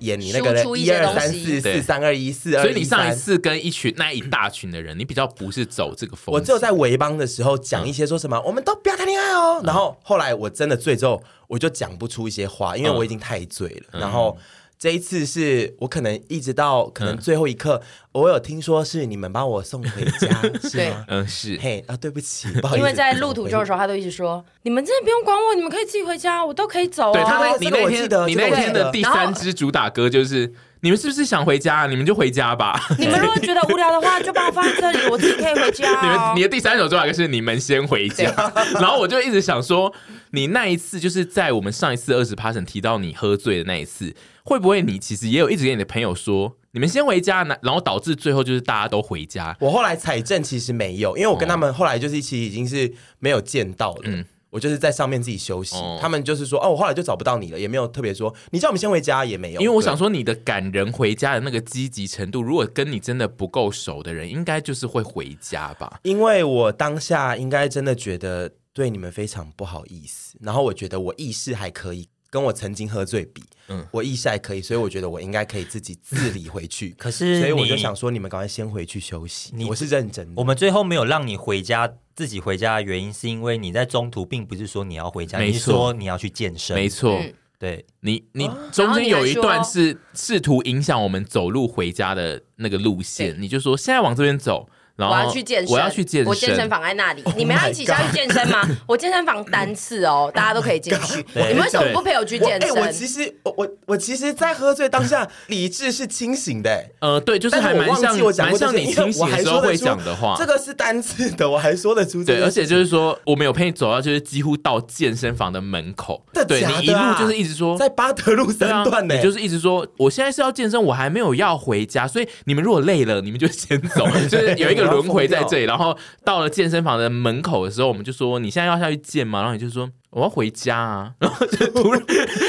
[SPEAKER 4] 演你那个
[SPEAKER 3] 输出一
[SPEAKER 4] 一
[SPEAKER 3] 些
[SPEAKER 4] 二
[SPEAKER 3] 东
[SPEAKER 4] 三
[SPEAKER 3] 西
[SPEAKER 4] 四
[SPEAKER 5] 对
[SPEAKER 4] 四三二一四二，
[SPEAKER 5] 所以你上一
[SPEAKER 4] 三
[SPEAKER 5] 次跟一群那一大群的人，你比较不是走这个风格。
[SPEAKER 4] 我只有在维邦的时候
[SPEAKER 5] 嗯
[SPEAKER 4] 讲一些说什么，我们都不要谈恋爱哦。然后后来我真的醉之后，我就讲不出一些话，因为
[SPEAKER 5] 嗯
[SPEAKER 4] 我已经太醉了。然后这一次是我可能一直到可
[SPEAKER 5] 嗯
[SPEAKER 4] 能最后一刻，我有听说是你们把我送回 家，是吗？
[SPEAKER 5] 嗯是
[SPEAKER 4] 嘿啊，对不 起，不好意
[SPEAKER 3] 因
[SPEAKER 4] 思，
[SPEAKER 3] 为在路途中的时候，他都一直说：“你们真的不用管我，你们可以自己回家，我都可以走、啊。”
[SPEAKER 5] 对他那
[SPEAKER 4] 哦
[SPEAKER 5] 你
[SPEAKER 4] 这个
[SPEAKER 5] 那
[SPEAKER 4] 我
[SPEAKER 5] 天
[SPEAKER 4] 记得
[SPEAKER 5] 你
[SPEAKER 4] 这个
[SPEAKER 5] 那
[SPEAKER 4] 我
[SPEAKER 5] 天
[SPEAKER 4] 记
[SPEAKER 5] 的
[SPEAKER 4] 得
[SPEAKER 5] 第三支主打歌就是你们是不是想回家？啊你们就回家吧。
[SPEAKER 3] 你们如果觉得无聊的话，就把我放在这里，我自己可以回家、
[SPEAKER 5] 你们
[SPEAKER 3] 哦。
[SPEAKER 5] 你的第三首主打歌是你们先回家， 然后我就一直想说，你那一次就是在我们上一次二十 p a s s 提到你喝醉的那一次，会不会你其实也有一直跟你的朋友说你们先回家，那然后导致最后就是大家都回家，
[SPEAKER 4] 我后来采证其实没有，因为我跟他
[SPEAKER 5] 哦
[SPEAKER 4] 们后来就是其实已经是没有见到了。我就是在上面自己休息，
[SPEAKER 5] 嗯哦
[SPEAKER 4] 他们就是说，哦，我后来就找不到你了，也没有特别说，你叫我们先回家也没有，
[SPEAKER 5] 因为我
[SPEAKER 4] 对
[SPEAKER 5] 想说你的赶人回家的那个积极程度，如果跟你真的不够熟的人，应该就是会回家吧。
[SPEAKER 4] 因为我当下应该真的觉得对你们非常不好意思，然后我觉得我意识还可以，跟我曾经喝醉比，嗯，我意识还可以，所以我觉得我应该可以自己自理回去。
[SPEAKER 2] 可是
[SPEAKER 4] 所以我
[SPEAKER 2] 你
[SPEAKER 4] 就想说，你们赶快先回去休息。
[SPEAKER 2] 你
[SPEAKER 4] 我是认真的，
[SPEAKER 2] 我们最后没有让你回家，自己回家的原因是因为你在中途并不是说你要回家，
[SPEAKER 5] 没错
[SPEAKER 2] 你是说你要去健身，
[SPEAKER 5] 没错，
[SPEAKER 3] 嗯
[SPEAKER 2] 对，
[SPEAKER 5] 你你
[SPEAKER 3] 哦
[SPEAKER 5] 中间有一段是试图影响我们走路回家的那个路线，
[SPEAKER 3] 对
[SPEAKER 5] 你就说现在往这边走，然后
[SPEAKER 3] 我要去健身，
[SPEAKER 5] 我要去健身，Oh
[SPEAKER 3] 我健身房在那里，你们要一起下去健身吗？ 我健身房单次哦，大家都可 以进去。
[SPEAKER 2] 对
[SPEAKER 3] 你们为什么不陪我去
[SPEAKER 4] 我
[SPEAKER 3] 健
[SPEAKER 4] 哎我
[SPEAKER 3] 身
[SPEAKER 4] 其？实我我我其实，在喝醉当下，理智是清醒的、哎
[SPEAKER 5] 呃，对，就是
[SPEAKER 4] 但
[SPEAKER 5] 还
[SPEAKER 4] 是我
[SPEAKER 5] 蛮
[SPEAKER 4] 忘
[SPEAKER 5] 像
[SPEAKER 4] 记我讲过
[SPEAKER 5] 蛮
[SPEAKER 4] 这
[SPEAKER 5] 像
[SPEAKER 4] 些，
[SPEAKER 5] 你清
[SPEAKER 4] 因为
[SPEAKER 5] 醒
[SPEAKER 4] 我
[SPEAKER 5] 的
[SPEAKER 4] 还
[SPEAKER 5] 时候
[SPEAKER 4] 说得
[SPEAKER 5] 会
[SPEAKER 4] 出
[SPEAKER 5] 讲的话，
[SPEAKER 4] 这个是单次的，我还说得出这
[SPEAKER 5] 对，
[SPEAKER 4] 件
[SPEAKER 5] 而
[SPEAKER 4] 事
[SPEAKER 5] 且就是说，我们有陪你走到就是几乎到健身房的门口，
[SPEAKER 4] 真的
[SPEAKER 5] 对
[SPEAKER 4] 假的
[SPEAKER 5] 你一路
[SPEAKER 4] 啊
[SPEAKER 5] 就是一直说。
[SPEAKER 4] 在巴德路
[SPEAKER 5] 对啊
[SPEAKER 4] 三段呢、
[SPEAKER 5] 你就是一直说，我现在是要健身，我还没有要回家，所以你们如果累了，你们就先 走，就是有一个轮回在这里。然后到了健身房的门口的时候，我们就说你现在要下去健吗？然后你就说我要回家啊， 然后就突然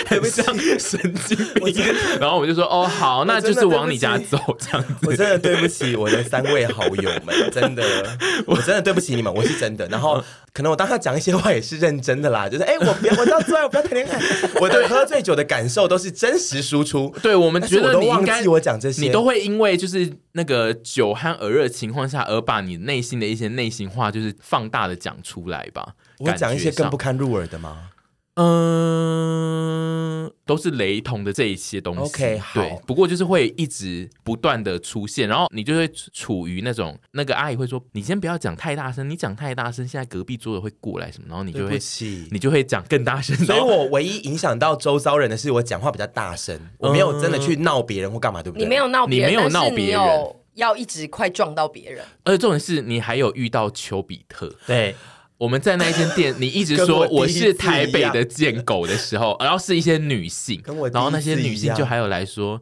[SPEAKER 5] 很像神经
[SPEAKER 4] 我
[SPEAKER 5] 病
[SPEAKER 4] 真，
[SPEAKER 5] 然后我们就说哦好，那就
[SPEAKER 4] 真的
[SPEAKER 5] 是往
[SPEAKER 4] 对不
[SPEAKER 5] 你家
[SPEAKER 4] 起
[SPEAKER 5] 走这样 子。
[SPEAKER 4] 我真的对不起我的三位好友们，真的，我真的对不起你们，我是真的。然后可能我当他讲一些话也是认真的啦，就是哎、我不要，我到最后我不要谈恋爱，我的喝醉酒的感受都是真实输出。
[SPEAKER 5] 对，我们觉
[SPEAKER 4] 但
[SPEAKER 5] 得
[SPEAKER 4] 是我
[SPEAKER 5] 你
[SPEAKER 4] 都
[SPEAKER 5] 应
[SPEAKER 4] 忘
[SPEAKER 5] 该
[SPEAKER 4] 记我讲这些，
[SPEAKER 5] 你都会因为就是那个酒酣耳热的情况下，而把你内心的一些内心话，就是放大的讲出来吧。
[SPEAKER 4] 我会讲一些
[SPEAKER 5] 感觉上
[SPEAKER 4] 更不堪入耳的吗？
[SPEAKER 5] 嗯，都是雷同的这一些东西。
[SPEAKER 4] OK，好
[SPEAKER 5] 对。不过就是会一直不断的出现，然后你就会处于那种那个阿姨会说：“你先不要讲太大声，你讲太大声，现在隔壁桌的会过来什么。”然后你就
[SPEAKER 4] 对
[SPEAKER 5] 会
[SPEAKER 4] 不起
[SPEAKER 5] 你就会讲更大声。
[SPEAKER 4] 所以
[SPEAKER 5] 然后
[SPEAKER 4] 我唯一影响到周遭人的是我讲话比较大声，我没有真的去闹别人或干嘛，对不对？
[SPEAKER 3] 你没有闹别人，
[SPEAKER 5] 你没有闹
[SPEAKER 3] 但是
[SPEAKER 5] 别
[SPEAKER 3] 你
[SPEAKER 5] 人
[SPEAKER 3] 有要一直快撞到别人，
[SPEAKER 5] 而且重点是你还有遇到丘比特。
[SPEAKER 2] 对，
[SPEAKER 5] 我们在那一间店，你一直
[SPEAKER 4] 跟
[SPEAKER 5] 说
[SPEAKER 4] 我
[SPEAKER 5] 我
[SPEAKER 4] 第一
[SPEAKER 5] 是
[SPEAKER 4] 次
[SPEAKER 5] 台
[SPEAKER 4] 一
[SPEAKER 5] 北
[SPEAKER 4] 样
[SPEAKER 5] 的贱狗的时候，然后是一些女性
[SPEAKER 4] 跟我，第
[SPEAKER 5] 然后
[SPEAKER 4] 一
[SPEAKER 5] 那些
[SPEAKER 4] 次
[SPEAKER 5] 女
[SPEAKER 4] 一
[SPEAKER 5] 性就
[SPEAKER 4] 样
[SPEAKER 5] 还有来说，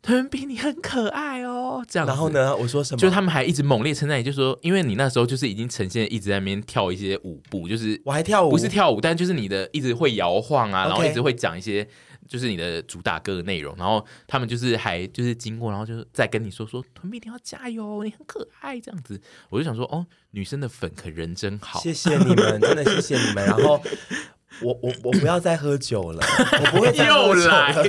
[SPEAKER 5] 屯比你很可爱哦，这样。
[SPEAKER 4] 然后？呢，我说什么？
[SPEAKER 5] 就他们还一直猛烈称赞你，就说因为你那时候就是已经呈现一直在那边跳一些舞步，就是
[SPEAKER 4] 我还跳舞
[SPEAKER 5] 不是跳舞，但就是你的一直会摇晃啊，然后
[SPEAKER 4] OK
[SPEAKER 5] 一直会讲一些就是你的主打歌的内容，然后他们就是还就是经过，然后就是在跟你说说屯比你要加油，你很可爱这样子，我就想说哦，女生的粉可人真好，
[SPEAKER 4] 谢谢你们，真的谢谢你们。然后我我我不要再喝酒了，我不会再喝
[SPEAKER 5] 又
[SPEAKER 4] 酒
[SPEAKER 5] 来
[SPEAKER 4] 了。，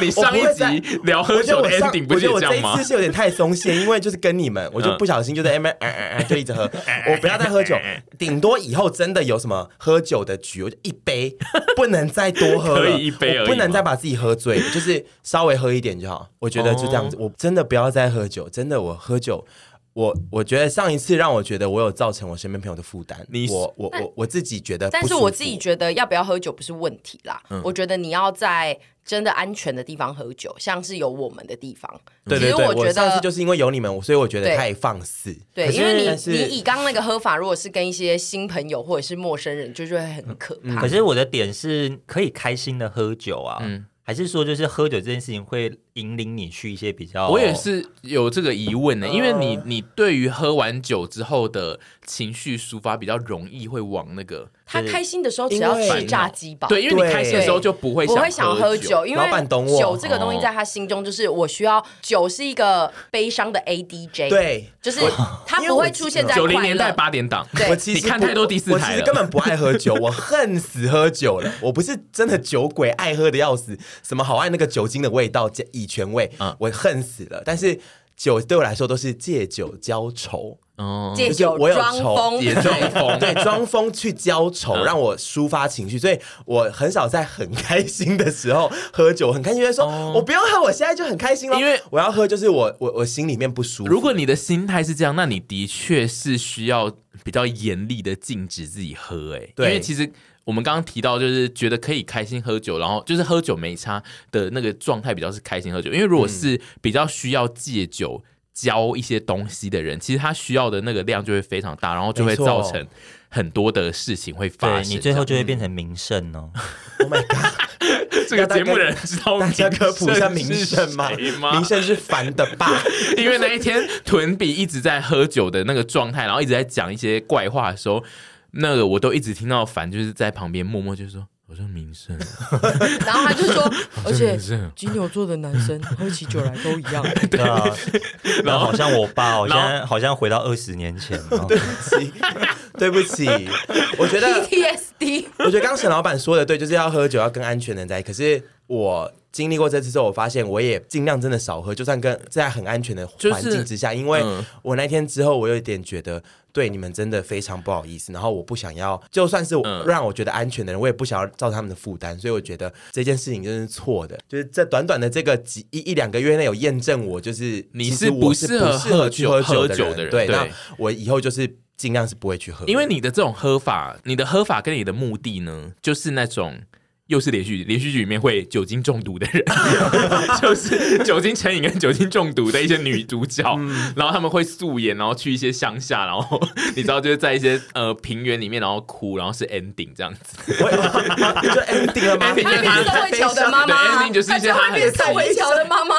[SPEAKER 5] 你上一
[SPEAKER 4] 我不会再
[SPEAKER 5] 集聊喝
[SPEAKER 4] 我觉
[SPEAKER 5] 酒
[SPEAKER 4] 得
[SPEAKER 5] 的
[SPEAKER 4] 我上
[SPEAKER 5] ending，不
[SPEAKER 4] 我
[SPEAKER 5] 是
[SPEAKER 4] 觉
[SPEAKER 5] 也
[SPEAKER 4] 得我这
[SPEAKER 5] 这样
[SPEAKER 4] 一
[SPEAKER 5] 吗
[SPEAKER 4] 次？是有点太松懈， 因为就是跟你们，我就
[SPEAKER 5] 嗯
[SPEAKER 4] 不小心就在那边哎哎哎就一 直喝，我不要再喝酒，顶多以后真的有什么喝酒的局，我就一杯，不能再多喝了，
[SPEAKER 5] 可以一杯而已吗
[SPEAKER 4] 我不能再把自己喝醉，就是稍微喝一点就好。我觉得就这样子，
[SPEAKER 5] 哦
[SPEAKER 4] 我真的不要再喝酒，真的我喝酒。我我觉得上一次让我觉得我有造成我身边朋友的负担，
[SPEAKER 5] 你
[SPEAKER 4] 我我我我自己觉得不舒服，
[SPEAKER 3] 但是我自己觉得要不要喝酒不是问题啦，
[SPEAKER 5] 嗯
[SPEAKER 3] 我觉得你要在真的安全的地方喝酒，像是有我们的地方。
[SPEAKER 4] 对
[SPEAKER 3] 其
[SPEAKER 4] 对
[SPEAKER 3] 实
[SPEAKER 4] 对，
[SPEAKER 3] 我觉
[SPEAKER 4] 上次
[SPEAKER 3] 得
[SPEAKER 4] 就是因为有你们，我所以我觉得
[SPEAKER 3] 对
[SPEAKER 4] 太放肆。
[SPEAKER 3] 对，
[SPEAKER 4] 可是
[SPEAKER 3] 因为你
[SPEAKER 4] 但是
[SPEAKER 3] 你以刚那个喝法，如果是跟一些新朋友或者是陌生人，就是会很可
[SPEAKER 4] 嗯
[SPEAKER 3] 怕。
[SPEAKER 2] 可是我的点是可以开心的喝酒啊，
[SPEAKER 5] 嗯
[SPEAKER 2] 还是说就是喝酒这件事情会引领你去一些比
[SPEAKER 3] 哦
[SPEAKER 2] 较？
[SPEAKER 5] 我也是有这个疑问呢、因为
[SPEAKER 3] 呃
[SPEAKER 5] 你你对于喝完酒之后的情绪抒发比较容易会往那个
[SPEAKER 3] 他开心的时候只
[SPEAKER 4] 因
[SPEAKER 3] 要
[SPEAKER 4] 为
[SPEAKER 3] 吃炸鸡堡，
[SPEAKER 5] 对，因为你
[SPEAKER 4] 对
[SPEAKER 5] 开心的时候就不会
[SPEAKER 3] 我会想
[SPEAKER 5] 想
[SPEAKER 3] 喝
[SPEAKER 5] 酒，
[SPEAKER 3] 酒，因
[SPEAKER 4] 老
[SPEAKER 3] 为
[SPEAKER 4] 板懂我
[SPEAKER 3] 酒这个
[SPEAKER 5] 哦
[SPEAKER 3] 东西在他心中就是我需要酒是一个悲伤的 ADJ，，
[SPEAKER 4] 对。
[SPEAKER 3] 就是他不会出现在
[SPEAKER 5] 九零
[SPEAKER 3] 快
[SPEAKER 5] 年代
[SPEAKER 3] 乐。
[SPEAKER 5] 八点档，
[SPEAKER 3] 对
[SPEAKER 4] 我其实
[SPEAKER 5] 你看
[SPEAKER 4] 不
[SPEAKER 5] 太多第四
[SPEAKER 4] 我
[SPEAKER 5] 台
[SPEAKER 4] 其
[SPEAKER 5] 了
[SPEAKER 4] 实根本不爱喝酒，我恨死喝酒了。我不是真的酒鬼，爱喝的要死，什么好爱那个酒精的味道、甲乙醛味，
[SPEAKER 5] 嗯
[SPEAKER 4] 我恨死了。但是酒对我来说都是借酒浇愁，
[SPEAKER 5] 哦，
[SPEAKER 3] 借
[SPEAKER 4] 就是
[SPEAKER 3] 酒
[SPEAKER 4] 我有
[SPEAKER 3] 装
[SPEAKER 4] 仇
[SPEAKER 3] 疯，
[SPEAKER 5] 也装疯，嗯
[SPEAKER 4] 对，装疯去浇愁，让我抒发情绪，所以我很少在很开心的时候喝酒。很开心就会说，我不用喝，我现在就很开心了。
[SPEAKER 5] 哦因为
[SPEAKER 4] 我要喝，就是我我我心里面不舒服。
[SPEAKER 5] 如果你的心态是这样，那你的确是需要比较严厉的禁止自己喝、欸，因
[SPEAKER 4] 对
[SPEAKER 5] 为其实我们刚刚提到，就是觉得可以开心喝酒，然后就是喝酒没差的那个状态比较是开心喝酒，因为如果
[SPEAKER 4] 嗯
[SPEAKER 5] 是比较需要戒酒。教一些东西的人，其实他需要的那个量就会非常大，然后就会
[SPEAKER 4] 没错
[SPEAKER 5] 造成很多的事情会发
[SPEAKER 2] 对
[SPEAKER 5] 生。
[SPEAKER 2] 你最后就会变成名胜哦。
[SPEAKER 5] 嗯
[SPEAKER 4] Oh my God。
[SPEAKER 5] 这个节目的人知道
[SPEAKER 4] 大家科普一下名
[SPEAKER 5] 名
[SPEAKER 4] 胜吗？
[SPEAKER 5] 吗
[SPEAKER 4] 名？胜是凡的 爸，
[SPEAKER 5] 因为那一天屯比一直在喝酒的那个状态，然后一直在讲一些怪话的时候，那个我都一直听到凡就是在旁边默默就说：“我说名胜，
[SPEAKER 3] 然后他就 说，而且
[SPEAKER 5] 真的是
[SPEAKER 3] 金牛座的男生喝起酒来都一 样。
[SPEAKER 2] 对啊， 然后好像我爸哦，我
[SPEAKER 5] 然
[SPEAKER 2] 现
[SPEAKER 5] 后
[SPEAKER 2] 在好像回到二十年前哦。
[SPEAKER 4] 对不起，对不起。我觉得，
[SPEAKER 3] PTSD，
[SPEAKER 4] 我觉得刚刚沈老板说的对，就是要喝酒要跟安全人在一起。可是我经历过这次之后，我发现我也尽量真的少喝，就算跟在很安全的环境之下，因为
[SPEAKER 5] 嗯
[SPEAKER 4] 我那天之后，我有一点觉得。对你们真的非常不好意思，然后我不想要，就算是
[SPEAKER 5] 嗯
[SPEAKER 4] 让我觉得安全的人，我也不想要造成他们的负担，所以我觉得这件事情真的是错的，就是这短短的这个几一一两个月内有验证我，就是
[SPEAKER 5] 你
[SPEAKER 4] 其
[SPEAKER 5] 是
[SPEAKER 4] 实我
[SPEAKER 5] 不
[SPEAKER 4] 是
[SPEAKER 5] 适合
[SPEAKER 4] 适合
[SPEAKER 5] 喝
[SPEAKER 4] 去
[SPEAKER 5] 酒
[SPEAKER 4] 喝
[SPEAKER 5] 喝
[SPEAKER 4] 的
[SPEAKER 5] 酒
[SPEAKER 4] 人，
[SPEAKER 5] 的人
[SPEAKER 4] 对，
[SPEAKER 5] 对
[SPEAKER 4] 那我以后就是尽量是不会去喝，
[SPEAKER 5] 因为你的这种喝法，你的喝法跟你的目的呢，就是那种。”又是连续连续剧里面会酒精中毒的人， 就是酒精成瘾跟酒精中毒的一些女主角，然后他们会素颜，然后去一些乡下，然后你知道就是在一些呃平原里面，然后哭，然后是 ending 这样子。
[SPEAKER 4] 我就 ending 了吗
[SPEAKER 5] ending
[SPEAKER 3] 她变社会桥的妈妈
[SPEAKER 5] 对
[SPEAKER 3] 啊，
[SPEAKER 5] ending 就是一
[SPEAKER 3] 她
[SPEAKER 5] 些
[SPEAKER 3] 就
[SPEAKER 5] 她
[SPEAKER 3] 会
[SPEAKER 5] 很
[SPEAKER 3] 变社会桥的妈妈。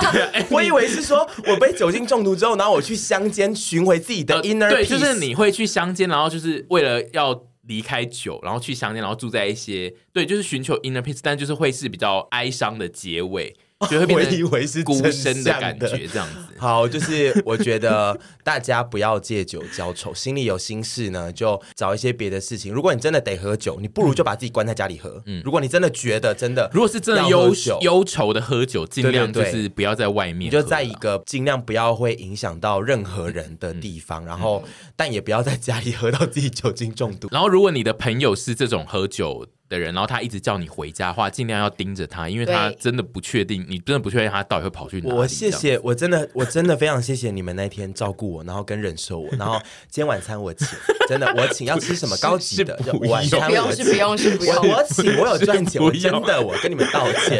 [SPEAKER 4] 我以为是说我被酒精中毒之后，然后我去乡间寻回自己的
[SPEAKER 5] 呃
[SPEAKER 4] inner、peace
[SPEAKER 5] 对，就是你会去乡间，然后就是为了要离开酒，然后去乡间，然后住在一些对，就是寻求 inner peace，但就是会是比较哀伤的 结尾，就会变
[SPEAKER 4] 我以
[SPEAKER 5] 成
[SPEAKER 4] 为是
[SPEAKER 5] 孤
[SPEAKER 4] 真
[SPEAKER 5] 身的
[SPEAKER 4] 相
[SPEAKER 5] 感
[SPEAKER 4] 的
[SPEAKER 5] 觉这样子。
[SPEAKER 4] 好，就是我觉得大家不要借酒浇愁，心里有心事呢，就找一些别的事情。如果你真的得喝酒，你不如就把自己关在家里喝。嗯，如果你真的觉得真的，
[SPEAKER 5] 如果是真的
[SPEAKER 4] 要
[SPEAKER 5] 忧
[SPEAKER 4] 喝酒
[SPEAKER 5] 忧愁的喝酒，尽量就
[SPEAKER 4] 对对
[SPEAKER 5] 是不要在外面
[SPEAKER 4] 你
[SPEAKER 5] 喝啦，
[SPEAKER 4] 就在一个尽量不要会影响到任何人的地
[SPEAKER 5] 嗯
[SPEAKER 4] 方，然后但也不要在家里喝到自己酒精中毒。
[SPEAKER 5] 然后，如果你的朋友是这种喝酒的人，然后他一直叫你回家的话，尽量要盯着他，因为他
[SPEAKER 3] 对
[SPEAKER 5] 真的不确定，你真的不确定他到底会跑去哪里。
[SPEAKER 4] 我谢
[SPEAKER 5] 这样。
[SPEAKER 4] 谢，我真的，我真的非常谢谢你们那天照顾我，然后跟忍受我，然后今天晚餐我请，真的我请，要吃什么高级的，
[SPEAKER 5] 是
[SPEAKER 4] 就
[SPEAKER 5] 不
[SPEAKER 4] 晚
[SPEAKER 5] 用
[SPEAKER 4] 餐
[SPEAKER 3] 不
[SPEAKER 4] 我
[SPEAKER 3] 用是不
[SPEAKER 4] 请。
[SPEAKER 3] 用是不
[SPEAKER 4] 我
[SPEAKER 3] 用，
[SPEAKER 4] 我请，我有赚钱，
[SPEAKER 5] 不
[SPEAKER 4] 我
[SPEAKER 5] 用
[SPEAKER 4] 真的，我跟你们道 歉。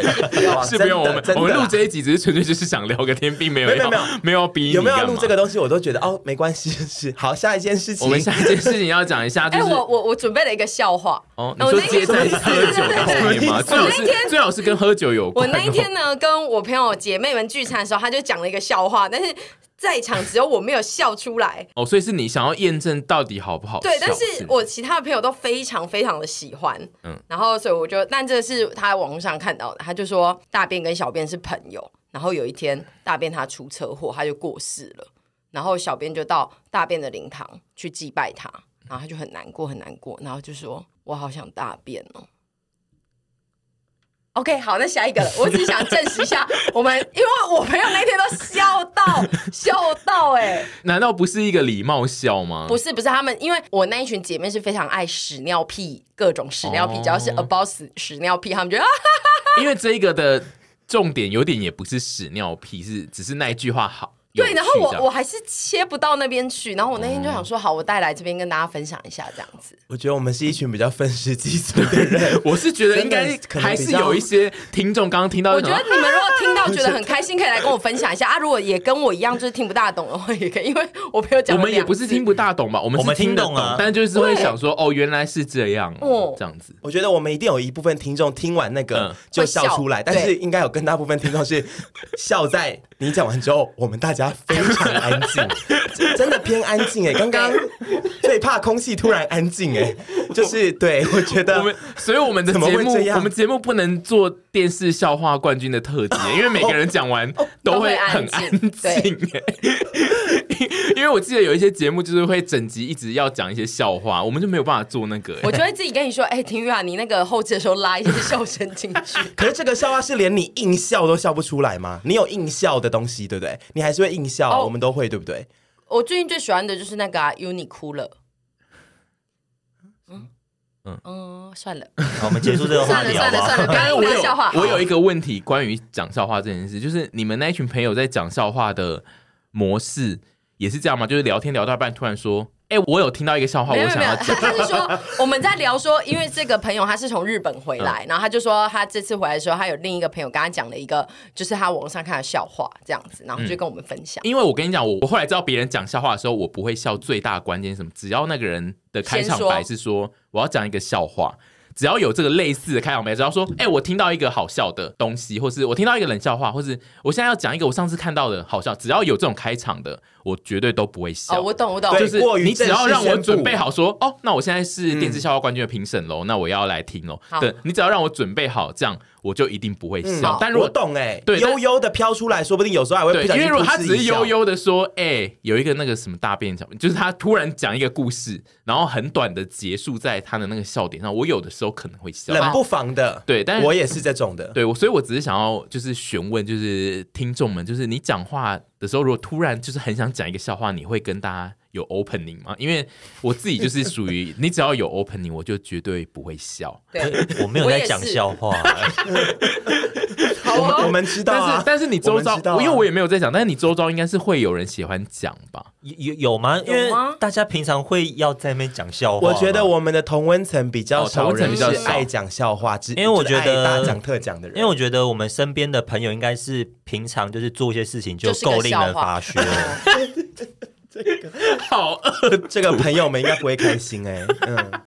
[SPEAKER 4] 哇
[SPEAKER 5] 是不用我
[SPEAKER 4] 真的
[SPEAKER 5] 们
[SPEAKER 4] 真的
[SPEAKER 5] 我们录
[SPEAKER 4] 啦
[SPEAKER 5] 这一集只是纯粹就是想聊个天，并没有要
[SPEAKER 4] 没有没有
[SPEAKER 5] 没有要逼你
[SPEAKER 4] 有没有要
[SPEAKER 5] 干
[SPEAKER 4] 录
[SPEAKER 5] 嘛
[SPEAKER 4] 这个？东西，我都觉得哦，没关系，是好。下一件事情，
[SPEAKER 5] 我们下一件事情要讲一下，就
[SPEAKER 3] 哎，
[SPEAKER 5] 是
[SPEAKER 3] 我我我准备了一个笑话。
[SPEAKER 5] 哦，你
[SPEAKER 3] 我
[SPEAKER 5] 说
[SPEAKER 3] 那
[SPEAKER 5] 接
[SPEAKER 3] 天
[SPEAKER 5] 在喝酒的后面吗？
[SPEAKER 4] 我
[SPEAKER 5] 最好是
[SPEAKER 3] 那天
[SPEAKER 5] 最好是跟喝酒有
[SPEAKER 3] 我
[SPEAKER 5] 关哦。
[SPEAKER 3] 那一天呢，跟我朋友姐妹们聚餐的时候，她就讲了一个笑话，但是在场只有我没有笑出来。
[SPEAKER 5] 哦，所以是你想要验证到底好不好笑？
[SPEAKER 3] 对，但是我其他的朋友都非常非常的喜欢，
[SPEAKER 5] 嗯
[SPEAKER 3] 嗯，然后所以我就，但这是他在网络上看到的，他就说大便跟小便是朋友，然后有一天大便他出车祸，他就过世了，然后小便就到大便的灵堂去祭拜他，然后他就很难过很难过，然后就说我好想大便哦。OK，好，那下一个了。我只想证实一下，我们因为我朋友那天都笑到笑到哎、
[SPEAKER 5] 难道不是一个礼貌笑吗？
[SPEAKER 3] 不是不是，他们因为我那一群姐妹是非常爱屎尿屁，各种屎尿屁，
[SPEAKER 5] 哦
[SPEAKER 3] 只要是 about 屎屎尿屁，他们觉得啊，
[SPEAKER 5] 因为这个的重点有点也不是屎尿屁，是只是那一句话好。有
[SPEAKER 3] 对，
[SPEAKER 5] 趣
[SPEAKER 3] 然后
[SPEAKER 5] 这
[SPEAKER 3] 我
[SPEAKER 5] 样。
[SPEAKER 3] 我还是切不到那边去，然后我那天就想说，好，我带来这边跟大家分享一下这样子。
[SPEAKER 4] 我觉得我们是一群比较愤世嫉俗的人
[SPEAKER 5] 我是觉得应该
[SPEAKER 4] 真的可能
[SPEAKER 5] 还
[SPEAKER 4] 比
[SPEAKER 5] 是
[SPEAKER 4] 较
[SPEAKER 5] 有一些听众刚刚听到，
[SPEAKER 3] 我觉得你们如果听到觉得很开心，可以来跟我分享一下啊。如果也跟我一样就是听不大懂的话，也可以，因为我朋友
[SPEAKER 5] 我
[SPEAKER 3] 讲了
[SPEAKER 5] 们也
[SPEAKER 3] 两
[SPEAKER 5] 不
[SPEAKER 3] 次
[SPEAKER 5] 是听不大懂吧，我们
[SPEAKER 2] 我们
[SPEAKER 5] 是听得
[SPEAKER 2] 听懂啊
[SPEAKER 5] 但就是会想说哦，原来是这样哦
[SPEAKER 3] 哦，
[SPEAKER 5] 这样子。
[SPEAKER 4] 我觉得我们一定有一部分听众听完那个
[SPEAKER 5] 嗯
[SPEAKER 4] 就笑出来，
[SPEAKER 3] 会笑
[SPEAKER 4] 但是应该有更大部分听众是笑在你讲完之后，我们大家非常安静，真真的偏安静哎、刚刚最怕空气突然安静哎、就是对我觉得
[SPEAKER 5] 我们，所以我们的
[SPEAKER 4] 怎么
[SPEAKER 5] 节
[SPEAKER 4] 会
[SPEAKER 5] 目
[SPEAKER 4] 这，样
[SPEAKER 5] 我们节目不能做电视笑话冠军 的特辑，因为每个人讲完 都会很安
[SPEAKER 3] 哦都会安
[SPEAKER 5] 静。欸 因为我记得有一些节目就是会整集一直要讲一些笑话，我们就没有办法做那个。欸
[SPEAKER 3] 我就会自己跟你说，哎、婷玉啊，你那个后置的时候拉一些笑声进去。
[SPEAKER 4] 可是这个笑话是连你硬笑都笑不出来吗？你有硬笑的东西对不对？你还是会硬笑啊、
[SPEAKER 3] 哦
[SPEAKER 4] 我们都会对不对？
[SPEAKER 3] 我最近最喜欢的就是那个、啊、Uni 哭了。嗯嗯算了，
[SPEAKER 2] 好，我们结束这个话
[SPEAKER 3] 算了
[SPEAKER 2] 题好
[SPEAKER 3] 算
[SPEAKER 2] 不
[SPEAKER 3] 了
[SPEAKER 2] 好？
[SPEAKER 3] 算了，不要硬聊笑话。
[SPEAKER 5] 哦啊 我有一个问题关于讲笑话这件事，就是你们那一群朋友在讲笑话的模式也是这样吗？就是聊天聊到一半突然说：“哎、我有听到一个笑话，
[SPEAKER 3] 没有
[SPEAKER 5] 我
[SPEAKER 3] 没有
[SPEAKER 5] 想
[SPEAKER 3] 没有，
[SPEAKER 5] 要
[SPEAKER 3] 他
[SPEAKER 5] 讲。
[SPEAKER 3] 他是说 我们在聊说，因为这个朋友他是从日本回
[SPEAKER 5] 嗯
[SPEAKER 3] 来，然后他就说他这次回来的时候，他有另一个朋友跟他讲了一个，就是他网上看的笑话这样子，然后就跟我们分享”。
[SPEAKER 5] 因为我跟你讲，我我后来知道别人讲笑话的时候，我不会笑。最大的关键是什么？只要那个人的开场
[SPEAKER 3] 先说
[SPEAKER 5] 白是说我要讲一个笑话，只要有这个类似的开场白，只要说哎、我听到一个好笑的东西，或是我听到一个冷笑话，或是我现在要讲一个我上次看到的好笑，只要有这种开场的，我绝对都不会笑。
[SPEAKER 3] 哦，我懂我懂，
[SPEAKER 4] 啊对
[SPEAKER 5] 就是
[SPEAKER 4] 过于
[SPEAKER 5] 你只要让我准
[SPEAKER 4] 正式宣
[SPEAKER 5] 备
[SPEAKER 4] 布
[SPEAKER 5] 好说，哦，那我现在是电视笑话冠军的评审喽，那我要来听喽。
[SPEAKER 3] 好
[SPEAKER 5] 对，你只要让我准备好，这样我就一定不会笑
[SPEAKER 3] 好。
[SPEAKER 5] 但如果
[SPEAKER 4] 嗯我懂哎、
[SPEAKER 5] 对但
[SPEAKER 4] 悠悠的飘出来，说不定有时候还会
[SPEAKER 5] 对，
[SPEAKER 4] 不小
[SPEAKER 5] 呃因
[SPEAKER 4] 心
[SPEAKER 5] 为如果他
[SPEAKER 4] 噗嗤
[SPEAKER 5] 只是
[SPEAKER 4] 一笑
[SPEAKER 5] 悠悠的说，哎、有一个那个什么大便小，就是他突然讲一个故事，然后很短的结束在他的那个笑点上，我有的时候可能会笑。
[SPEAKER 4] 冷不防的，
[SPEAKER 5] 对但是
[SPEAKER 4] 我也是这种的。
[SPEAKER 5] 对，我所以，我只是想要就是询问，就是听众们，就是你讲话的时候，如果突然就是很想讲一个笑话，你会跟大家有 opening 吗？因为我自己就是属于你只要有 opening，我就绝对不会笑。
[SPEAKER 3] 对，
[SPEAKER 2] 我没有
[SPEAKER 3] 我
[SPEAKER 2] 在
[SPEAKER 3] 也
[SPEAKER 2] 讲
[SPEAKER 3] 是
[SPEAKER 2] 笑话，
[SPEAKER 3] 好
[SPEAKER 4] 我们我
[SPEAKER 3] 哦，
[SPEAKER 4] 们知道
[SPEAKER 5] 但
[SPEAKER 4] 啊
[SPEAKER 5] 是，但是你周
[SPEAKER 4] 我
[SPEAKER 5] 遭，
[SPEAKER 4] 们知道啊
[SPEAKER 5] 因为我也没有在讲，但是你周遭应该是会有人喜欢讲吧？
[SPEAKER 2] 有有有吗？因为大家平常会要在那边讲笑话吗。
[SPEAKER 4] 我觉得我们的同温层比较
[SPEAKER 5] 哦同
[SPEAKER 4] 少
[SPEAKER 5] 温层
[SPEAKER 4] 人
[SPEAKER 5] 比
[SPEAKER 4] 是
[SPEAKER 5] 较少
[SPEAKER 4] 爱讲笑话，只
[SPEAKER 2] 因为我觉得
[SPEAKER 4] 就是爱大讲特讲的人，
[SPEAKER 2] 因为我觉得我们身边的朋友应该是平常就是做一些事情就
[SPEAKER 3] 就是个
[SPEAKER 2] 够令人
[SPEAKER 3] 笑
[SPEAKER 2] 发
[SPEAKER 3] 话
[SPEAKER 2] 虚了。
[SPEAKER 5] 好，
[SPEAKER 4] 这个朋友们应该不会开心哎、嗯，